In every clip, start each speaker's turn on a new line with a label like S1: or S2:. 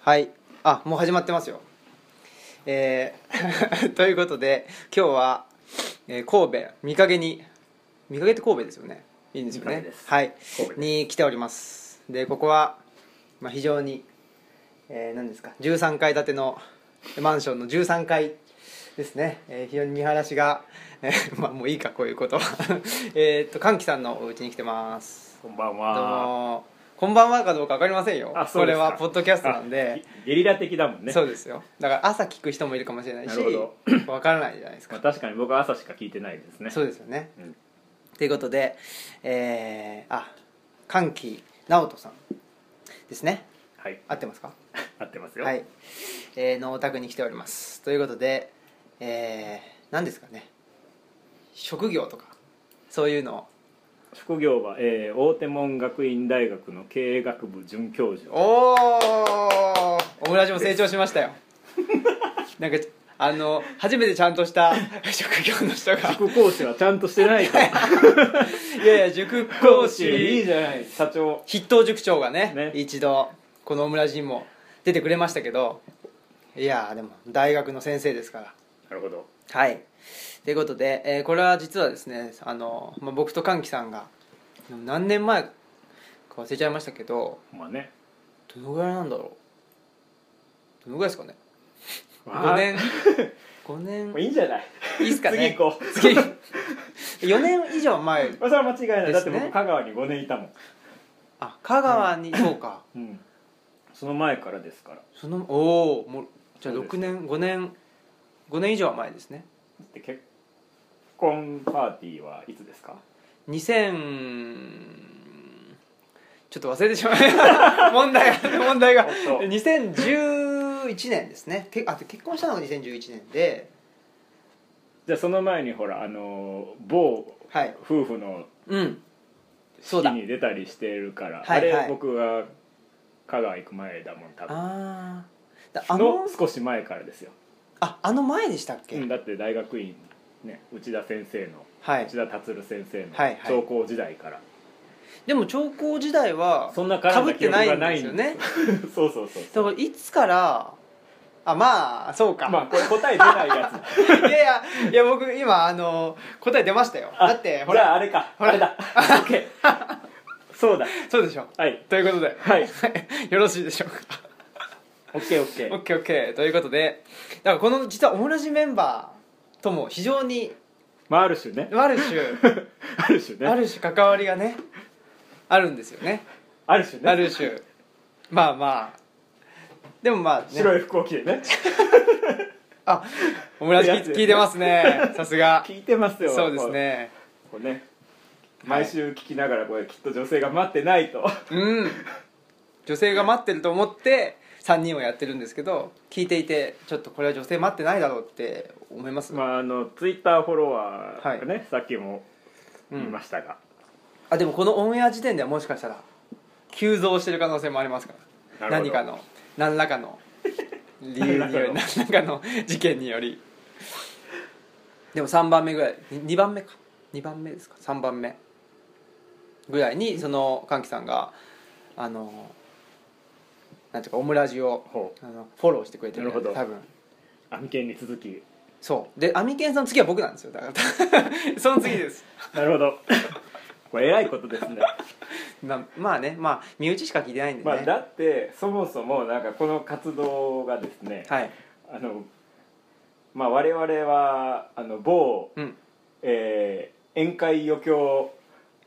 S1: はいあもう始まってますよえー ということで今日は、えー神戸三陰に三陰って神戸ですよねいいんですよ
S2: 三
S1: ね
S2: 陰です
S1: はい
S2: 神戸です
S1: に来ておりますでここは、まあ、非常に、えー何ですか13階建てのマンションの13階ですね、えー非常に見晴らしが、えーま あもういいかこういうことは えーっと歓喜さんのお家に来てます
S2: こんばん
S1: どう
S2: は。
S1: もこんばんはかどうか分かりませんよ
S2: あそ
S1: こ
S2: うで
S1: れ
S2: すか
S1: はポッドキャストなんで
S2: あ。ゲリラ的だもんね。
S1: そうですよだから朝聞く人もいるかもしれないし
S2: なるほ
S1: 分からないじゃないです
S2: ま
S1: か
S2: あ、確かに僕は朝しか聞いてないですね。
S1: そうですよね
S2: うん
S1: ということでえー、あ歓喜直人さんですね
S2: はい。
S1: 合ってますか
S2: 合ってますよ。
S1: はい、えー、のお宅に来ておりますということでえー、何ですかね職業とかそういうの
S2: 職業は、えー大手門学院大学の経営学部准教授。
S1: をおおオムラジも成長しま したよなんかあの初めてちゃんとした職業の人が
S2: 塾講師はちゃんとしてないから。
S1: いやいや塾 講
S2: 講師いい
S1: 師
S2: じゃない。社長。
S1: 筆頭塾長がね
S2: ね
S1: 一度このオムラジンも出てくれましたけどいやーでも大学の先生ですから
S2: なるほど。
S1: はいということで、えーこれは実はですねあの、まあ、僕と歓喜さんが何年前か忘れちゃいましたけど
S2: まあね。
S1: どのぐらいなんだろうどのぐらいですかね5
S2: わあ
S1: 年5年
S2: もういいんじゃない。
S1: いいっすかね
S2: 次行こう。
S1: 次4 年以上前
S2: まあそれは間違いない。だって
S1: です
S2: 僕
S1: ね
S2: 香川に5年いたもん。
S1: あ香川にそうか
S2: うん。その前からですから。だ
S1: そのおおもうじゃあ
S2: そうです
S1: 6年5年5年以上は前ですね
S2: って結婚パーティーはいつですか。
S1: 2000ちょっと忘れてしまい 問題が問題が
S2: おっと
S1: 2011年ですねけあ結婚したのが2011年で
S2: じゃあその前にほらあのー某
S1: はい
S2: 夫婦の
S1: うんそう
S2: 式
S1: だ
S2: に出たりしてるから
S1: は
S2: あ
S1: いはい
S2: れ僕が香川行く前だもん多分
S1: あーだあの
S2: の少し前からですよ、
S1: ああの前でしたっけ、
S2: うんだって大学院ね内田先生の
S1: はい
S2: 内田達先生の
S1: はいはい
S2: 長考時代から、
S1: でも長考時代は
S2: そんな絡んだ記憶がないん
S1: 被ってないんで
S2: ですよね そうそうそう
S1: だからいつからあまあそうか、
S2: まあこれ答え出ないやつ
S1: いやいやいや僕今あの答え出ましたよだってほ
S2: じゃあ
S1: ら
S2: あれか
S1: ほら
S2: あ れだ OK そうだ
S1: そうでしょ
S2: はい
S1: ということで
S2: はい
S1: よろしいでしょうか
S2: OKOK
S1: オッケーということでだからこの実はオムラジメンバーとも非常に
S2: まあある 種ね
S1: ある種
S2: ある種ね
S1: ある種関わりがねあるんですよね
S2: ある種ね
S1: ある種まあまあでもまあね
S2: 白い服を着て ね
S1: あオムラジ聞いてますねさすが
S2: 聞いてますよ
S1: そうですね
S2: こうね
S1: い
S2: 毎週聞きながらこれきっと女性が待ってないと
S1: うん女性が待ってると思って3人はやってるんですけど聞いていてちょっとこれは女性待ってないだろうって思います、
S2: まああのツイッターフォロワーがね、さっきも
S1: う
S2: 言い
S1: ん
S2: ましたが、
S1: あでもこのオンエア時点ではもしかしたら急増してる可能性もありますから
S2: な るほ
S1: 何
S2: ど
S1: かの何らかの 理由により何
S2: 何ら
S1: らかの 事件によりでも3番目ぐらい2番目か2番目ですか3番目ぐらいにその歓喜さんがあのなんていうかオムラジを
S2: ほ
S1: あのフォローしてくれてる
S2: なるほど
S1: 多分
S2: うアミケンに続き
S1: そうでアミケンさんの次は僕なんですよだから その次です
S2: なるほど これ偉いこ とですね
S1: まあまあねまあ身内しか聞いてないんでね、
S2: まあだってそもそもなんかこの活動がですね、
S1: はい
S2: あのまあ我々はあの某、
S1: うん
S2: えー宴会余興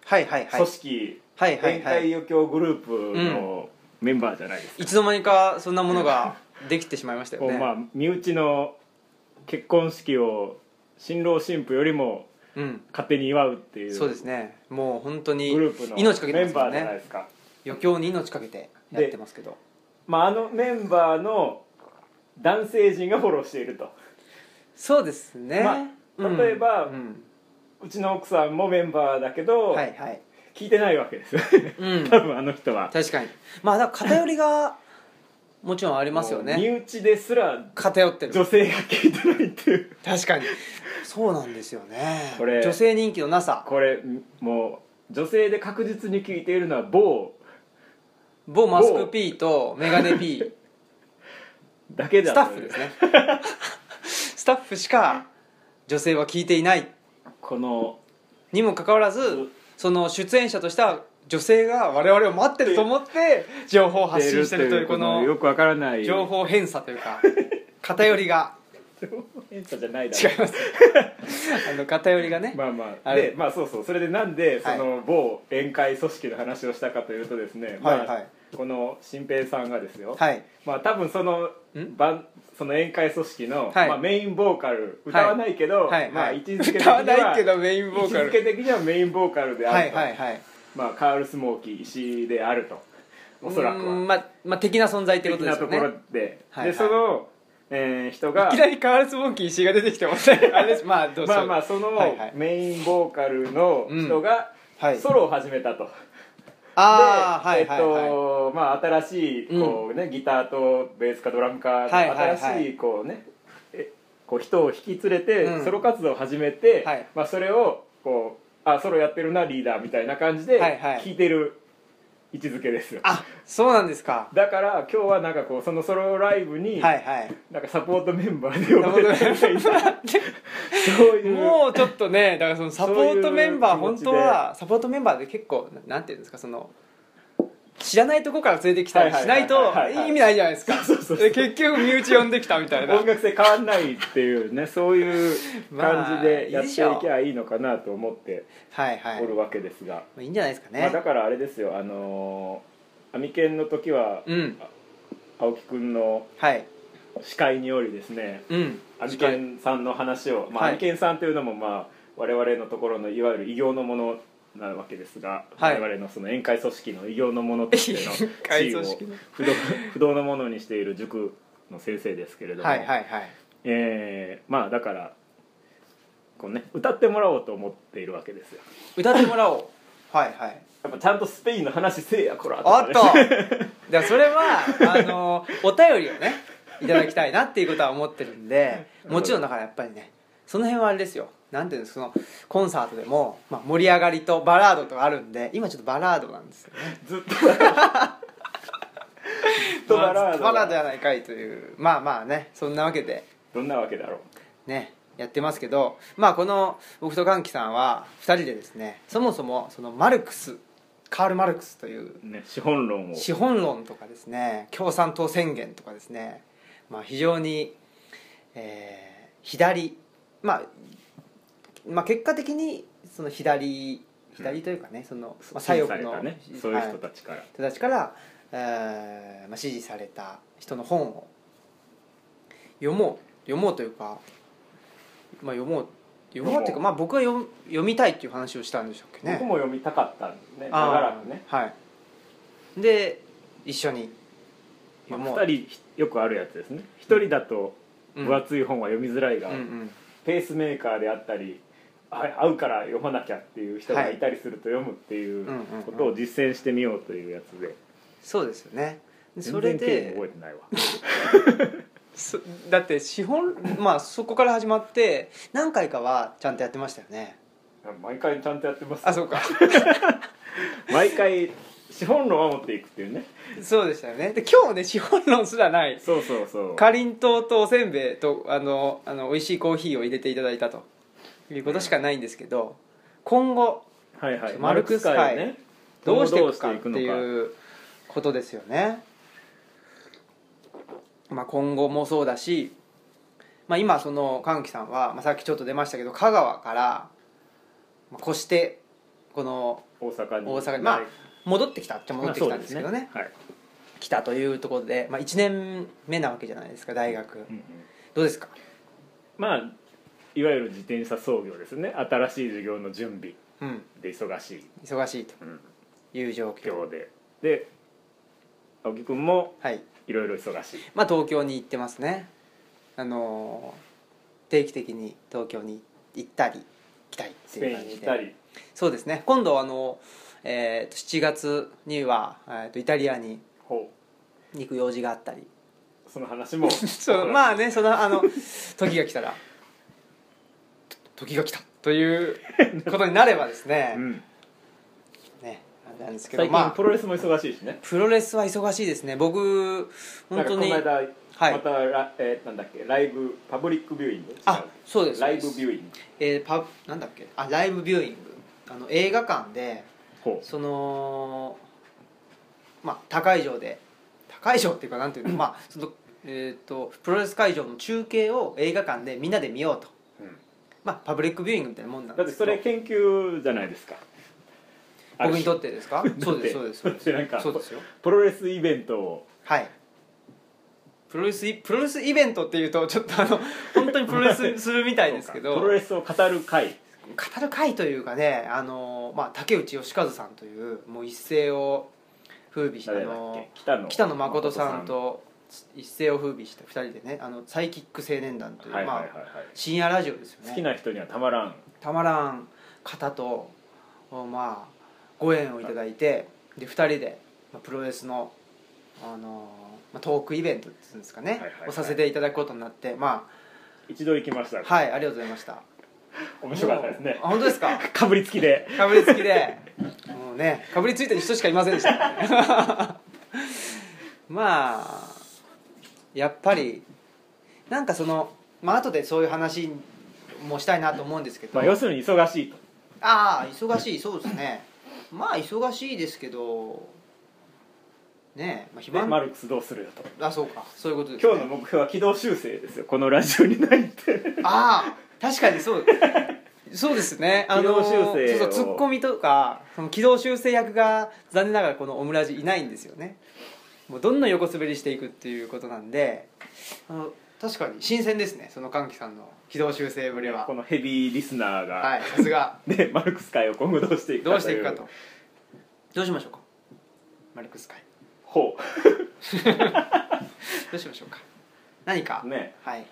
S1: はいはいはい
S2: 組織、
S1: はいはい
S2: 宴会
S1: はい
S2: 余興グループのメンバーじゃないですか
S1: いつの間にかそんなものができてしまいましたよ
S2: こう
S1: ね、
S2: まあ身内の結婚式を新郎新婦よりも
S1: うん
S2: 勝手に祝うっていう
S1: そうですねもう本当に
S2: グループの
S1: 命かけて
S2: メ
S1: ま
S2: ン
S1: すか
S2: バ
S1: ら
S2: ーじゃない
S1: ね
S2: ですか、
S1: 余興に命かけてやってますけど
S2: まあ、あのメンバーの男性陣がフォローしていると
S1: そうですね、
S2: まあ
S1: うん
S2: 例えば
S1: うん
S2: うちの奥さんもメンバーだけど、
S1: はいはい
S2: 聞いてないわけですよ
S1: うん
S2: 多分あの人は
S1: 確かにまあだから偏りがもちろんあります よ
S2: 身
S1: ね
S2: 内ですら
S1: 偏ってる
S2: 女性が聞いてないっていう
S1: 確かにそうなんですよね
S2: これ
S1: 女性人気のなさ
S2: これもう女性で確実に聞いているのは某
S1: 某マスク P とメガネ P
S2: だけだ
S1: スタッフですね スタッフしか女性は聞いていない
S2: この
S1: にもかかわらずその出演者とした女性が我々を待ってると思って情報を発信してるというこの
S2: よくわからない
S1: 情報偏差というか偏りが
S2: 変化じゃないだ
S1: 違
S2: ろ
S1: います あの偏りがね
S2: まあまあ
S1: あれ
S2: でまあそうそうそれでなんで
S1: は
S2: そ
S1: い
S2: の某宴会組織の話をしたかというとですね、
S1: はい
S2: まあ
S1: はい
S2: この新平さんがですよ、
S1: はい
S2: まあ多分その
S1: ん
S2: バンその宴会組織の、
S1: はい
S2: まあ、メインボーカル歌わないけど、
S1: はい
S2: まあ
S1: はい
S2: 位置づけ的に
S1: 歌
S2: は
S1: わないけどメインボーカ
S2: 位置づ
S1: ル
S2: け的にはメインボーカルであ
S1: は
S2: る
S1: い
S2: と、
S1: はいはい
S2: まあ、カール・スモーキー石井であるとおそらく
S1: うーん
S2: は
S1: まあまあ的な存在ってこと
S2: 的
S1: で
S2: な
S1: す
S2: と
S1: よ
S2: こ
S1: ね
S2: ろで、
S1: はいはい
S2: でその、えー人
S1: い
S2: が
S1: きなりカールスモーキー石井が出てきてもねあれですまあどうしよ
S2: まあ
S1: う
S2: まあその
S1: はいはい
S2: メインボーカルの人が
S1: うんはい
S2: ソロを始めたと、
S1: ああは
S2: で、え
S1: い
S2: っ
S1: はいは
S2: とまあ、新しいこう、ねギターとベースかドラムか、
S1: はいはいはい
S2: 新しいこうねえこう人を引き連れて
S1: うん
S2: ソロ活動を始めて、
S1: はい
S2: まあ、それをこうあソロやってるなリーダーみたいな感じで
S1: はいはい
S2: 聴いてる位置づけですよ、
S1: あそうなんですか
S2: だから今日はなんかこうそのソロライブに、
S1: はいはい
S2: なんかサポートメンバーで呼ばれてるみたいなそういう
S1: もうちょっとねだからそのサポートメンバー
S2: そういう
S1: 本
S2: 気持ち
S1: 当
S2: で
S1: はサポートメンバーで結構ななんていうんですかその知らないとこから連れてきたりしない
S2: はい
S1: と
S2: はいはいはい
S1: 意味ないじゃないですか
S2: そうそうそう
S1: で結局身内呼んできたみたいな
S2: 音楽性変わんないっていうねそういう感じで
S1: ま
S2: や
S1: あいい
S2: って
S1: で
S2: い
S1: し
S2: け
S1: ょう
S2: ばいいのかなと思って
S1: はいはい
S2: おるわけですが、
S1: まあいいんじゃないですか
S2: まあ、
S1: ね
S2: だからあれですよあのーアミケンの時は、
S1: うん
S2: 青木くんの
S1: はい
S2: 司会によりですね
S1: うん
S2: アミケンさんの話を、まあ
S1: はい
S2: アミケンさんというのもまあ我々のところのいわゆる異業のものなわけですが、
S1: はい
S2: 我々のその宴会組織の異業のものとして の
S1: 宴会組
S2: 地
S1: 織
S2: 位を
S1: の
S2: 不動 不動のものにしている塾の先生ですけれども、
S1: はいはいはい
S2: えーまあだからこう、ね、歌ってもらおうと思っているわけですよ
S1: 歌ってもらおうはいはい
S2: やっぱちゃんとスペインの話せえやこら
S1: おっ
S2: ね
S1: とじゃあそれはあのお便りをねいただきたいなっていうことは思ってるんでもちろんだからやっぱりねその辺はあれですよなんていうんですかそのコンサートでも、まあ、盛り上がりとバラードとかあるんで今ちょっとバラードなんですよね
S2: ずっとずっ とバラード
S1: バラードやないかいというまあまあねそんなわけで
S2: どんなわけだろう
S1: ねやってますけどまあこの僕と歓喜さんは2人でですねそもそもそのマルクスカール・マルクスという
S2: ね、資本論を
S1: 資本論とかですね共産党宣言とかですね、まあ、非常に、えー左、まあ、まあ結果的にその左左というかね、その、まあ、左翼
S2: 審査れ
S1: の
S2: たねそういう人
S1: はい
S2: たちから、
S1: 人たちから、えーまあ、支持された人の本を読もう読もうというか、まあ、読もう読もうというか、
S2: 読もう
S1: まあ、僕は読読みたいっていう話をしたんでしたっけね
S2: 僕も読みたかったんですね
S1: あー
S2: 長らくね、
S1: はいで一緒に
S2: まあ、
S1: もう
S2: 2人よくあるやつですね1人だと
S1: うん
S2: 分厚い本は読みづらいが、
S1: うんうん
S2: ペースメーカーであったりあ合うから読まなきゃっていう人がいたりすると読むっていう
S1: はいうんうんうん
S2: ことを実践してみようというやつで
S1: そうですよねでそ
S2: 全
S1: れ
S2: 然経緯
S1: で
S2: 覚えてないわ
S1: そだって資本まあそこから始まって何回かはちゃんとやってましたよね
S2: 毎回ちゃんとやってます
S1: あそうか
S2: 毎回資本論を持っていくっていうね
S1: そうでしたよねで今日ね資本論すらない
S2: そうそうそう
S1: かりんとうとおせんべいとあのあの美味しいコーヒーを入れていただいたということしかないんですけど、今後
S2: はいはい
S1: マルクス会
S2: マルね
S1: どうしてい
S2: どう
S1: く
S2: して
S1: かっ
S2: い
S1: て
S2: くのか
S1: いうことですよね、まあ、今後もそうだし、まあ、今その歓喜さんは、まあ、さっきちょっと出ましたけど香川から、まあ、越してこの
S2: 大阪に
S1: 大阪にまあ戻ってきたっちゃ戻ってきたんですけどね,、
S2: まあそうです
S1: 来たというところで、まあ、1年目なわけじゃないですか大学、
S2: はい、うんうん
S1: どうですか
S2: まあいわゆる自転車操業ですね新しい授業の準備
S1: うん
S2: で忙しい、
S1: 忙しい
S2: うん、
S1: という状況
S2: 今日でで青木君も
S1: はい
S2: いろいろ忙しい
S1: まあ東京に行ってますねあのー定期的に東京に行ったり来たりって
S2: ス
S1: い
S2: ペ
S1: う
S2: イ
S1: 感
S2: ンに
S1: じ
S2: 行っ
S1: で
S2: たり
S1: そうですね今度あの、えーと7月には、えーとイタリアに
S2: ほ
S1: 行く用事があったり
S2: うその 話も
S1: そうまあねそのあの時が来たらと時が来たと いうことになればですね,、
S2: うん
S1: ねあれなんですけど
S2: 最
S1: ま
S2: 近
S1: あ
S2: プロレスも忙しいしね
S1: プロレスは忙しいですね僕
S2: な
S1: 本
S2: んか
S1: 当
S2: この
S1: に
S2: 間
S1: はい
S2: またラ、えーなんだっけライブパブリックビューイング違う
S1: あそうです
S2: ライブビューイング
S1: えーパなんだっけあライブビューイングあの映画館で
S2: ほう
S1: そのまあ高い場で高い場っていうかなんて いうのまあそのえっ、とプロレス会場の中継を映画館でみんなで見ようとまあパブリックビューイングみたいなもんなん
S2: だ
S1: で
S2: って
S1: すけ
S2: そ
S1: ど
S2: れ研究じゃないですか
S1: 僕にと
S2: っ
S1: ってですか
S2: て
S1: そうですそうですそうです
S2: だってなんか
S1: そうですよ
S2: プロレスイベントを
S1: はいプロレスイプロレスイベントっていうとちょっと あの本当にプロレスするみたいですけ
S2: そう
S1: ど
S2: かプロレスを語る会
S1: 語る会というかねあの、まあ、竹内義和さんというもう一世を風靡したあ
S2: 誰だっ
S1: の
S2: け北野
S1: 北野誠さんと一世を風靡した二人でねあのサイキック青年団という、
S2: はいはいはい
S1: まあ、
S2: はい
S1: 深夜ラジオですよね
S2: 好きな人にはたまらん
S1: たまらん方と、おまあ、ご縁をいただいてで2人でまあプロレスの、あのーまあ、トークイベントっていうんですかね、
S2: はいはいはい
S1: をさせていただくことになってま
S2: 一度行きました
S1: あはいありがとうございました
S2: 面白かったですね
S1: もうあ本当ですか
S2: かぶりつきで
S1: かぶりつきでもうねかぶりついてる人しかいませんでした からねまあやっぱりなんかそのまあ後でそういう話もしたいなと思うんですけど、
S2: まあ要するに忙しいと
S1: ああ忙しいそうですねまあ忙しいですけどねえ、まあ、
S2: で
S1: 暇
S2: マ
S1: な
S2: ルクスどうするよと
S1: あそうかそういうことです、ね、
S2: 今日の目標は軌道修正ですよこのラジオにないって
S1: ああ確かにそうそうです ねあの
S2: 軌道修正を
S1: そうそうツッコミとかその軌道修正役が残念ながらこのオムラジいないんですよねもうどんどん横滑りしていくっていうことなんであの確かに新鮮ですねその歓喜さんの軌道修正ぶりは
S2: このヘビーリスナーが、
S1: はいさすが
S2: でマルクス会を今後どうしていくか
S1: どうしていくかと どうしましょうかマルクス会
S2: ほ
S1: どうしましょうか何か、
S2: うね
S1: はい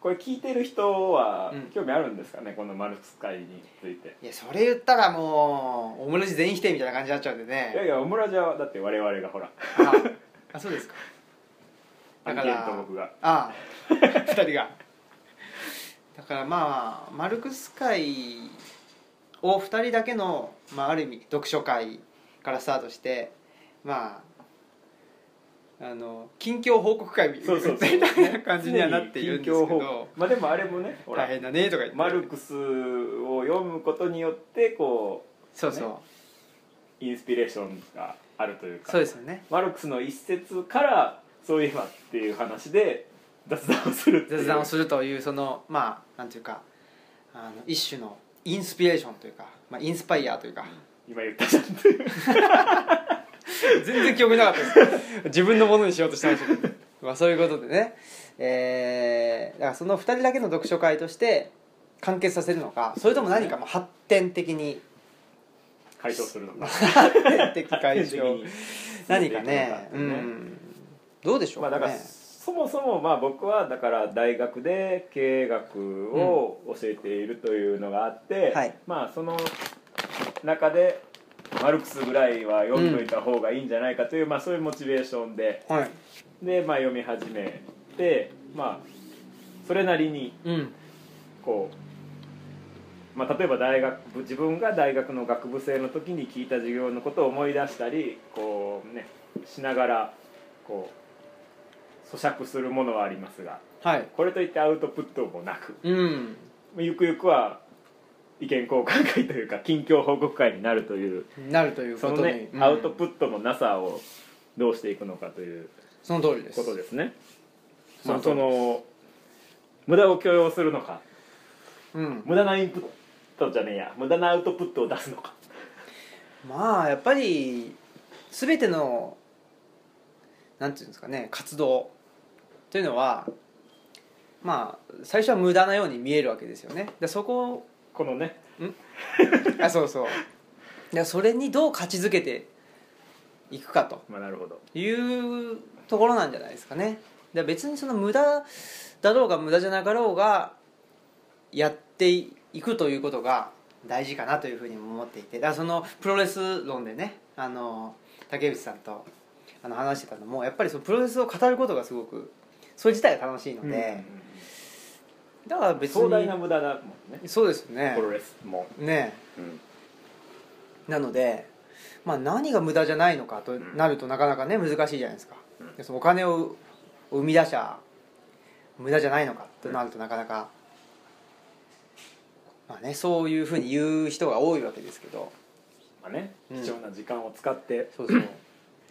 S2: これ聞いてる人は
S1: うん
S2: 興味あるんですかね、このマルクス会について
S1: いやそれ言ったらもうオムラジ全員否定みたいな感じになっちゃうんで
S2: いや
S1: ね
S2: いやオムラジはだって我々がほら
S1: ああそうですかだ
S2: アン
S1: か
S2: ケ
S1: ら
S2: ート僕が
S1: ああ二人がだからまあマルクス会を二人だけの、まあ、ある意味読書会からスタートしてまああの近況報告会みた
S2: そうそうそう
S1: いな感じにはなっているんですけ
S2: 近況報
S1: ど
S2: 告まあでもあれもねほら
S1: 大変だねとか言って
S2: マルクスを読むことによってこ
S1: そうそう、
S2: うインスピレーションがあるというか
S1: そうですよね
S2: マルクスの一節からそういえばっていう話で雑談をするっていう
S1: 雑談をするというそのまあなんていうかあの一種のインスピレーションというか、まあ、インスパイアというか
S2: 今言ったじゃんっていう
S1: 全然記憶になかったです自分のものにしようとしてましたけどまあそういうことでねえーだからその2人だけの読書会として完結させるのかそれとも何かもう発展的に
S2: 解消するのか
S1: 発展的 解消
S2: 的に
S1: 何かねう
S2: 進んでいくのかってね
S1: んどうでしょう
S2: まあ
S1: か
S2: だ
S1: ね、
S2: からそもそもまあ僕はだから大学で経営学を教えているというのがあって、
S1: はい
S2: まあその中でマルクスぐらいは読んどいた方がいいんじゃないかという、まあそういうモチベーションで
S1: はい
S2: で、まあ、読み始めて、まあ、それなりに
S1: うん
S2: こう、まあ、例えば大学部自分が大学の学部生の時に聞いた授業のことを思い出したりこう、ね、しながらこう咀嚼するものはありますが
S1: はい
S2: これといってアウトプットもなく
S1: うん
S2: ゆくゆくは意見交換会というか近況報告会になるという
S1: なるというこ
S2: そ
S1: と
S2: の
S1: に
S2: ね、
S1: うん
S2: アウトプットのなさをどうしていくのかという
S1: その通りです
S2: ことですね。
S1: そ
S2: ま
S1: の
S2: あ、
S1: 通り
S2: その無駄を許容するのか
S1: うん
S2: 無駄なインプットじゃねえや無駄なアウトプットを出すのか
S1: まあやっぱり全てのなんていうんですかね活動というのはまあ最初は無駄なように見えるわけですよねでそこを
S2: このね
S1: あそうそうでそれにどう勝ちづけていくかと
S2: まあなるほど
S1: いうところなんじゃないですかねで別にその無駄だろうが無駄じゃなかろうがやっていくということが大事かなというふうにも思っていてだからそのプロレス論でねあの竹内さんとあの話してたのもやっぱりそのプロレスを語ることがすごくそれ自体が楽しいので、だから別に
S2: 壮大な無駄だもんね
S1: そうですよね
S2: プロレスも、
S1: ねなので、まあ、何が無駄じゃないのかと
S2: ん
S1: なるとなかなかね難しいじゃないですか、
S2: うん
S1: でそのお金をを生み出しゃ無駄じゃないのかとなるとなかなか、まあね、そういうふうに言う人が多いわけですけど
S2: まあね
S1: うん
S2: 貴重な時間を使って
S1: そう そう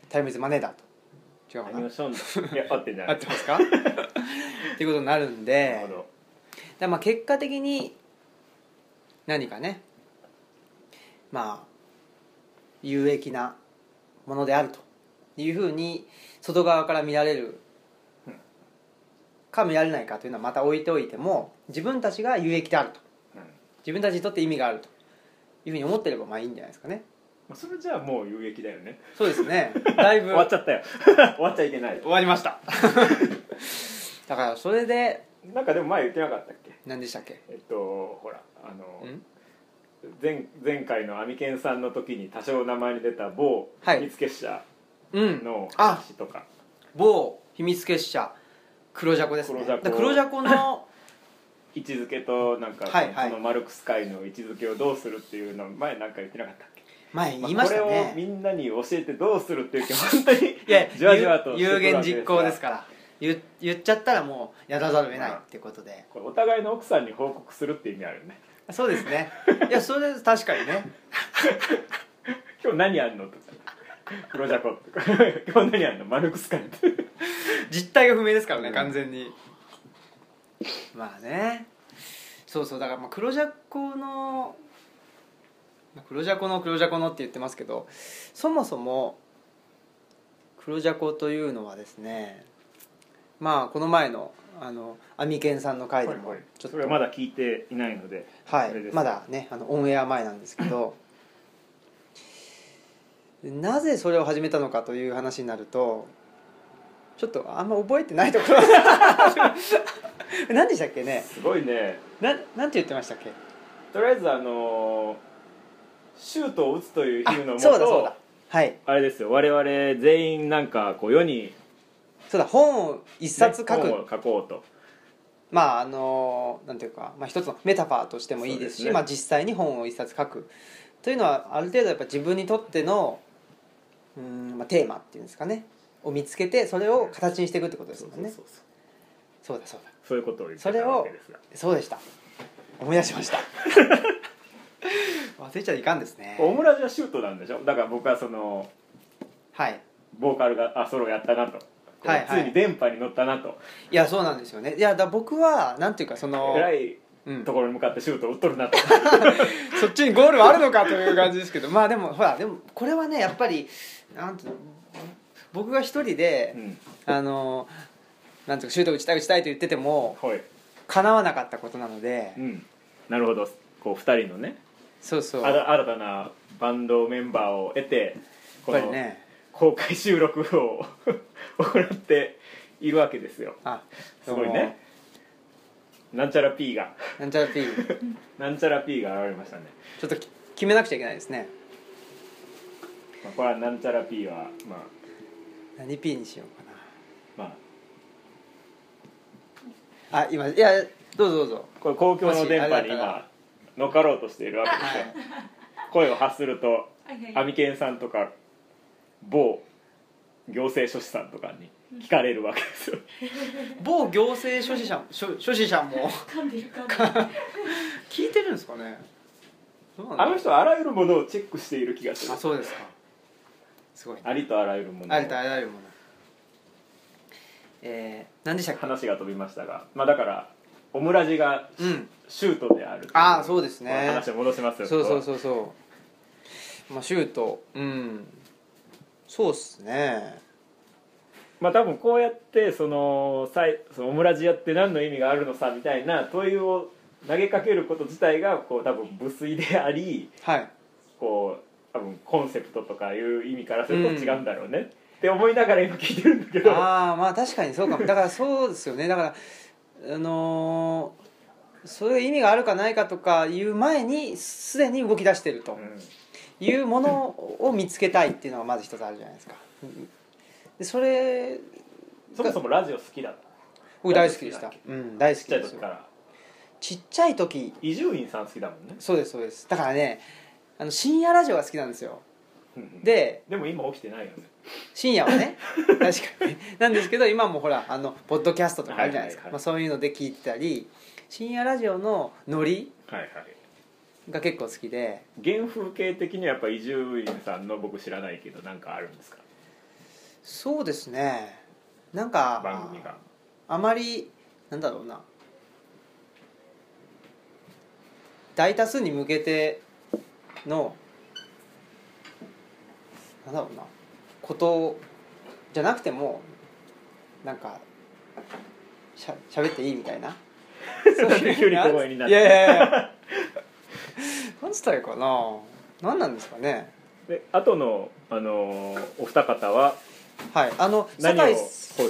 S1: タイムイズマネーだと違うか
S2: 何
S1: な
S2: をしようんだいや合ってんじゃ
S1: 合
S2: な
S1: っ
S2: い
S1: て ますかっていうことになるん
S2: な
S1: で
S2: るほど
S1: で、まあ、結果的に何かねまあ有益なものであるというふうに外側から見られる
S2: うん
S1: か見られないかというのはまた置いておいても自分たちが有益であると
S2: うんま
S1: 自分たちにとって意味があるというふうに思ってればまあいいんじゃないですかね
S2: あそれじゃあもう有益だよね
S1: そうです ねだいぶ
S2: 終わっちゃっ たよ終わっちゃいけない
S1: 終わりました だからそれで
S2: なんかでも前言ってなかったっけ
S1: 何でしたっけ
S2: えっとほらあの
S1: ん
S2: 前前回のアミケンさんの時に多少名前に出た某
S1: はい
S2: 見つけ者
S1: うん
S2: の
S1: あ
S2: 話とか、
S1: 某秘密結社黒ジャコですね
S2: 黒ジャコ
S1: だから黒ジャコ の
S2: 位置づけとなんか、
S1: はいはい
S2: そのマルクス界の位置づけをどうするっていうの前なんか言ってなかったっけ
S1: 前言いました
S2: あこれをみ
S1: ね
S2: んなに教えてどうするっていう気本当に
S1: いや
S2: じわじわと
S1: 有有言実行です
S2: か
S1: から言言っちゃったらもうやらざるを得ないってことで
S2: これお互いの奥さんに報告するって意味あるよね
S1: そうですねいやそれ確かにね
S2: 今日何あんのとか黒ジャコとか今日何あんのマルクス界って
S1: 実態が不明ですからね、
S2: うん
S1: 完全にまあねそうそうだからまあ黒ジャコのまあ黒ジャコの黒ジャコのって言ってますけどそもそも黒ジャコというのはですねまあこの前のあのアミケンさんの回でもちょっ
S2: そ
S1: と
S2: れはまだ聞いていないので
S1: は
S2: あれで
S1: い、
S2: す
S1: まだねあのオンエア前なんですけどなぜそれを始めたのかという話になるとちょっとあんま覚えてないところ 何でしたっけね
S2: すごいね
S1: ななんて言ってましたっけ
S2: とりあえずあのーシュートを打つという比
S1: あ
S2: 喩のも
S1: そうだそうだ
S2: と
S1: はい
S2: あれですよ我々全員なんかこう世に
S1: そうだ本を一冊書く、
S2: 本を書こうと
S1: まああのなんていうか、まあ、一つのメタファーとしてもいいですし
S2: そうですね
S1: まあ、実際に本を一冊書くというのはある程度やっぱ自分にとってのうーん、まあ、テーマっていうんですかねを見つけてそれを形にしていくってことですもんね
S2: そうそ
S1: そ
S2: うそう
S1: うだそうだ
S2: そういうことを言って
S1: それ
S2: た
S1: を
S2: わけですが
S1: そうでした思い出しました忘れちゃいかんですね
S2: オムラジはシュートなんでしょだから僕はその
S1: はい
S2: ボーカルがあソロやったなと、こう
S1: はいはい
S2: ついに電波に乗ったなと
S1: いやそうなんですよねいやだ僕はなんていうかその
S2: え、らい
S1: うん
S2: ところに向かってシュートを打っと るなと
S1: そっちにゴールはあるのかという感じですけどまあでもほらでもこれはねやっぱりなんていうの僕が一人で、
S2: うん
S1: あのなんていうかシュート打ちたい打ちたいと言ってても
S2: はい、
S1: 叶わなかったことなので、
S2: うん、なるほどこう2人のね
S1: そうそう
S2: あ
S1: やっ
S2: ら新たなバンドメンバーを得てこ
S1: ぱり
S2: の
S1: ね
S2: 公開収録を 行っているわけですよ
S1: あ
S2: す
S1: どう
S2: ご
S1: も
S2: いねなんちゃら P が
S1: なんちゃら P ち
S2: なんちゃら P が現れましたね、
S1: ょっとき決めなくちゃいけないですね
S2: まあ、これはなんちゃら P はまあ
S1: 何 P にしようか
S2: まあ
S1: なあ今いやどうぞどうぞ
S2: これ公共の電波に
S1: もしあれだったら
S2: 今乗っかろうとしているわけです
S1: は
S2: よ
S1: い
S2: 声を発すると
S3: はいは
S2: ア
S3: い
S2: ミケンさんとか某行政書士さんとかに聞かれるわけですよ
S1: 某行政書士者書書士者も
S3: 噛んでる噛んでる
S1: 聞いてるんですかねどうなんだ
S2: あ
S1: ろう
S2: の人はあらゆるものをチェックしている気がする
S1: あそうですかすごいね
S2: ありとあらゆるもの
S1: ありとあらゆるものえー、何でしたっけ
S2: 話が飛びましたがまあだからオムラジが
S1: うん
S2: シュートである
S1: あーそうですね
S2: この話を戻しますよ
S1: そうそう
S2: う
S1: そうそうまあシュートうんそうっすね
S2: まあ多分こうやってそのさいそのオムラジやって何の意味があるのさみたいな問いを投げかけること自体がこう多分無粋であり
S1: はい
S2: こう多分コンセプトとかいう意味からすると違うんだろうね、って思いながら今聞いてるんだけど
S1: ああまあ確かにそうかもだからそうですよねだからあのーそれ意味があるかないかとかいう前にすでに動き出してると
S2: うん
S1: いうものを見つけたいっていうのがまず一つあるじゃないですかでそれ
S2: そもそもラジオ好きだった
S1: 僕大好きでした
S2: 大好
S1: うん大好き
S2: ちっちゃい
S1: です
S2: 時
S1: よ
S2: から
S1: ちっちゃい時
S2: 伊集院さん好きだもんね
S1: そうですそうですだからねあの深夜ラジオが好きなんですよで
S2: でも今起きてないよね
S1: 深夜はね確かになんですけど今もほらあのポッドキャストとかあるじゃないですか、
S2: はいはいはい
S1: まあ、そういうので聞いてたり深夜ラジオのノリ
S2: はいはい
S1: が結構好きで
S2: 原風景的にはやっぱ伊集院さんの僕知らないけどなんかあるんですか
S1: そうですねなんか
S2: 番組が
S1: あまりなんだろうな大多数に向けてのなんだろうなことじゃなくてもなんかしゃ喋っていいみたいなそう
S2: なんで急に小声になって
S1: いやいやいやなんつったらいいかな何なんですかね
S2: で後のあのーお二方は
S1: はいあの
S2: 何を
S1: 酒井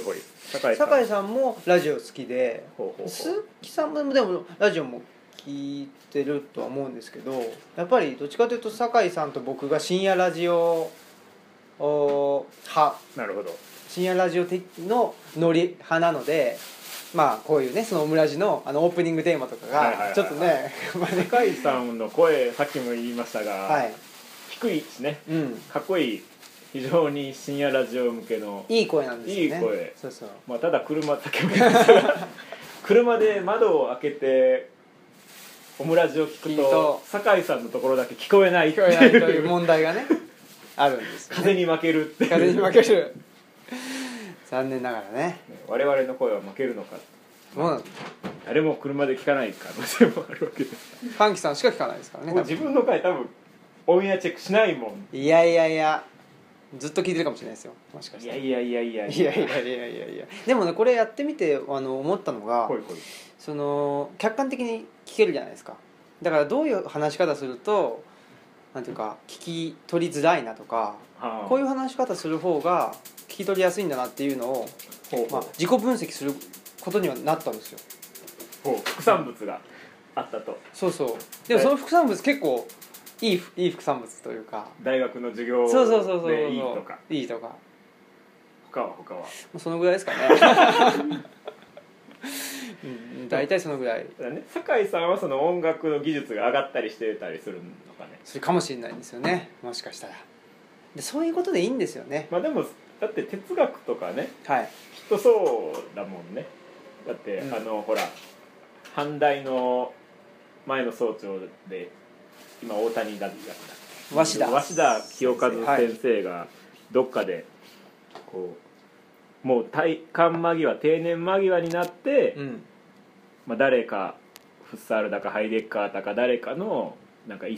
S2: ほいほい酒井さん
S1: 酒井さんもラジオ好きで
S2: ほうほうほう
S1: 鈴木さんもでもラジオも聞いてるとは思うんですけどやっぱりどっちかというと酒井さんと僕が深夜ラジオお派
S2: なるほど
S1: 深夜ラジオ的のノリ派なのでまあこういうねそのオムラジのあのオープニングテーマとか
S2: はいはいはいは
S1: が
S2: い
S1: ちょっとね まあね
S2: 酒井さんの声 さっきも言いましたが、
S1: はい
S2: 低いしね
S1: うん
S2: かっこいい非常に深夜ラジオ向けの、
S1: いい声なんですよね
S2: いい声
S1: そうそう
S2: まあ、ただ車だけも言いま すが車で窓を開けてオムラジオ聞く
S1: 聞くと
S2: と酒井さんのところだけ聞こえない
S1: 聞こえないと
S2: って
S1: い
S2: いう
S1: う問題がね あるんですよ
S2: 風
S1: ね
S2: に負けるっていう
S1: 風に負ける 残念ながらね
S2: ね我々の声は負けるのか
S1: もう
S2: 誰も車で聞かない可能性もあるわけです
S1: ファンキさんしか聞かないですからね
S2: もう自分の回多分オンエアチェックしないも
S1: 多
S2: ん
S1: 分いやいやいやずっと聞いてるかもしれないですよもしかし
S2: い
S1: た
S2: や
S1: ら
S2: いやいやいや
S1: いやいやいやいやいやでもねこれやってみてあの思ったのが
S2: ほいほい
S1: その客観的に聞けるじゃないですかだからどういう話し方するとなんていうか聞き取りづらいなとか
S2: はあ
S1: こういう話し方する方が聞き取りやすいんだなっていうのを、
S2: ほうほ
S1: まあ
S2: う、
S1: 自己分析することにはなったんですよ
S2: ほう副産物があったと
S1: そうそうでもその副産物結構いいいい副産物というか
S2: 大学の授業で
S1: そうそうそうそうそう
S2: いいとか
S1: いいとか
S2: 他は他は
S1: もうそのぐらいですかねうんうん大体そのぐらい
S2: だからね酒井さんはその音楽の技術が上がったりしてたりするのかね
S1: それかもしれないんですよねもしかしたらでそういうことでいいんですよね
S2: まあでもだって哲学とかね
S1: はい
S2: きっとそうだもんねだって、
S1: うん
S2: あのほら阪大の前の総長で今大谷だった
S1: 鷲田
S2: 鷲田清和
S1: はい
S2: 先生がどっかでこうもう退官間際定年間際になって、
S1: うん
S2: まあ、誰かフッサールだかハイデッカーだか誰かのなんか一